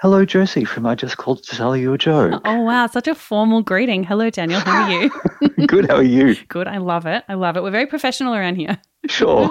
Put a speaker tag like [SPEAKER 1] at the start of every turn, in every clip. [SPEAKER 1] Hello, Josie from I Just Called to Tell You a Joke.
[SPEAKER 2] Oh, wow. Such a formal greeting. Hello, Daniel. How are you?
[SPEAKER 1] Good, how are you?
[SPEAKER 2] Good. I love it. I love it. We're very professional around here.
[SPEAKER 1] Sure.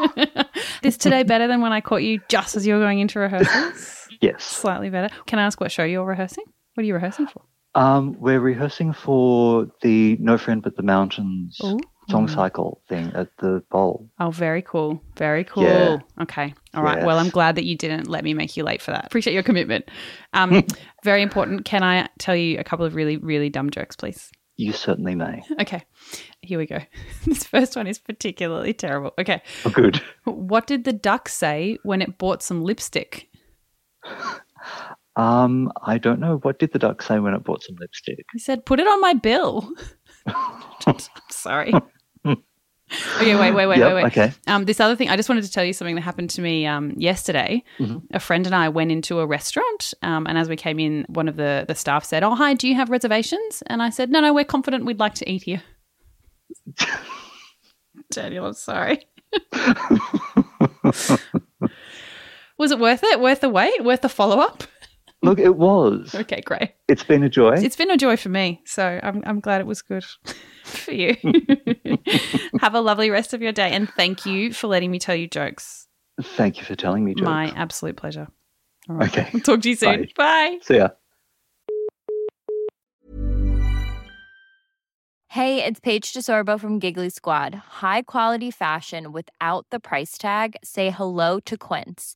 [SPEAKER 2] Is today better than when I caught you just as you were going into rehearsals?
[SPEAKER 1] Yes.
[SPEAKER 2] Slightly better. Can I ask what show you're rehearsing? What are you rehearsing for?
[SPEAKER 1] Um, we're rehearsing for the No Friend But the Mountains
[SPEAKER 2] Oh,
[SPEAKER 1] song cycle thing at the bowl.
[SPEAKER 2] Oh, very cool. Very cool.
[SPEAKER 1] Yeah.
[SPEAKER 2] Okay. All right.
[SPEAKER 1] Yes.
[SPEAKER 2] Well, I'm glad that you didn't let me make you late for that. Appreciate your commitment. Um, very important. Can I tell you a couple of really, really dumb jokes, please?
[SPEAKER 1] You certainly may.
[SPEAKER 2] Okay. Here we go. this first one is particularly terrible. Okay.
[SPEAKER 1] Oh, good.
[SPEAKER 2] What did the duck say when it bought some lipstick?
[SPEAKER 1] Um, I don't know. What did the duck say when it bought some lipstick?
[SPEAKER 2] He said, "Put it on my bill." I'm sorry. okay, wait, wait, wait,
[SPEAKER 1] Yep,
[SPEAKER 2] wait, wait.
[SPEAKER 1] Okay.
[SPEAKER 2] Um, this other thing, I just wanted to tell you something that happened to me um, yesterday.
[SPEAKER 1] Mhm.
[SPEAKER 2] A friend and I went into a restaurant, um, and as we came in, one of the the staff said, "Oh, hi, do you have reservations?" And I said, "No, no, we're confident. We'd like to eat here." Daniel, I'm sorry. Was it worth it? Worth the wait? Worth the follow up?
[SPEAKER 1] Look, it was.
[SPEAKER 2] Okay, great.
[SPEAKER 1] It's been a joy.
[SPEAKER 2] It's been a joy for me. So I'm, I'm glad it was good for you. Have a lovely rest of your day. And thank you for letting me tell you jokes.
[SPEAKER 1] Thank you for telling me, Joe.
[SPEAKER 2] My absolute pleasure. All
[SPEAKER 1] Okay.
[SPEAKER 2] Talk to you soon.
[SPEAKER 1] Bye.
[SPEAKER 2] Bye.
[SPEAKER 1] See ya.
[SPEAKER 3] Hey, it's Paige DeSorbo from Giggly Squad. High quality fashion without the price tag. Say hello to Quince.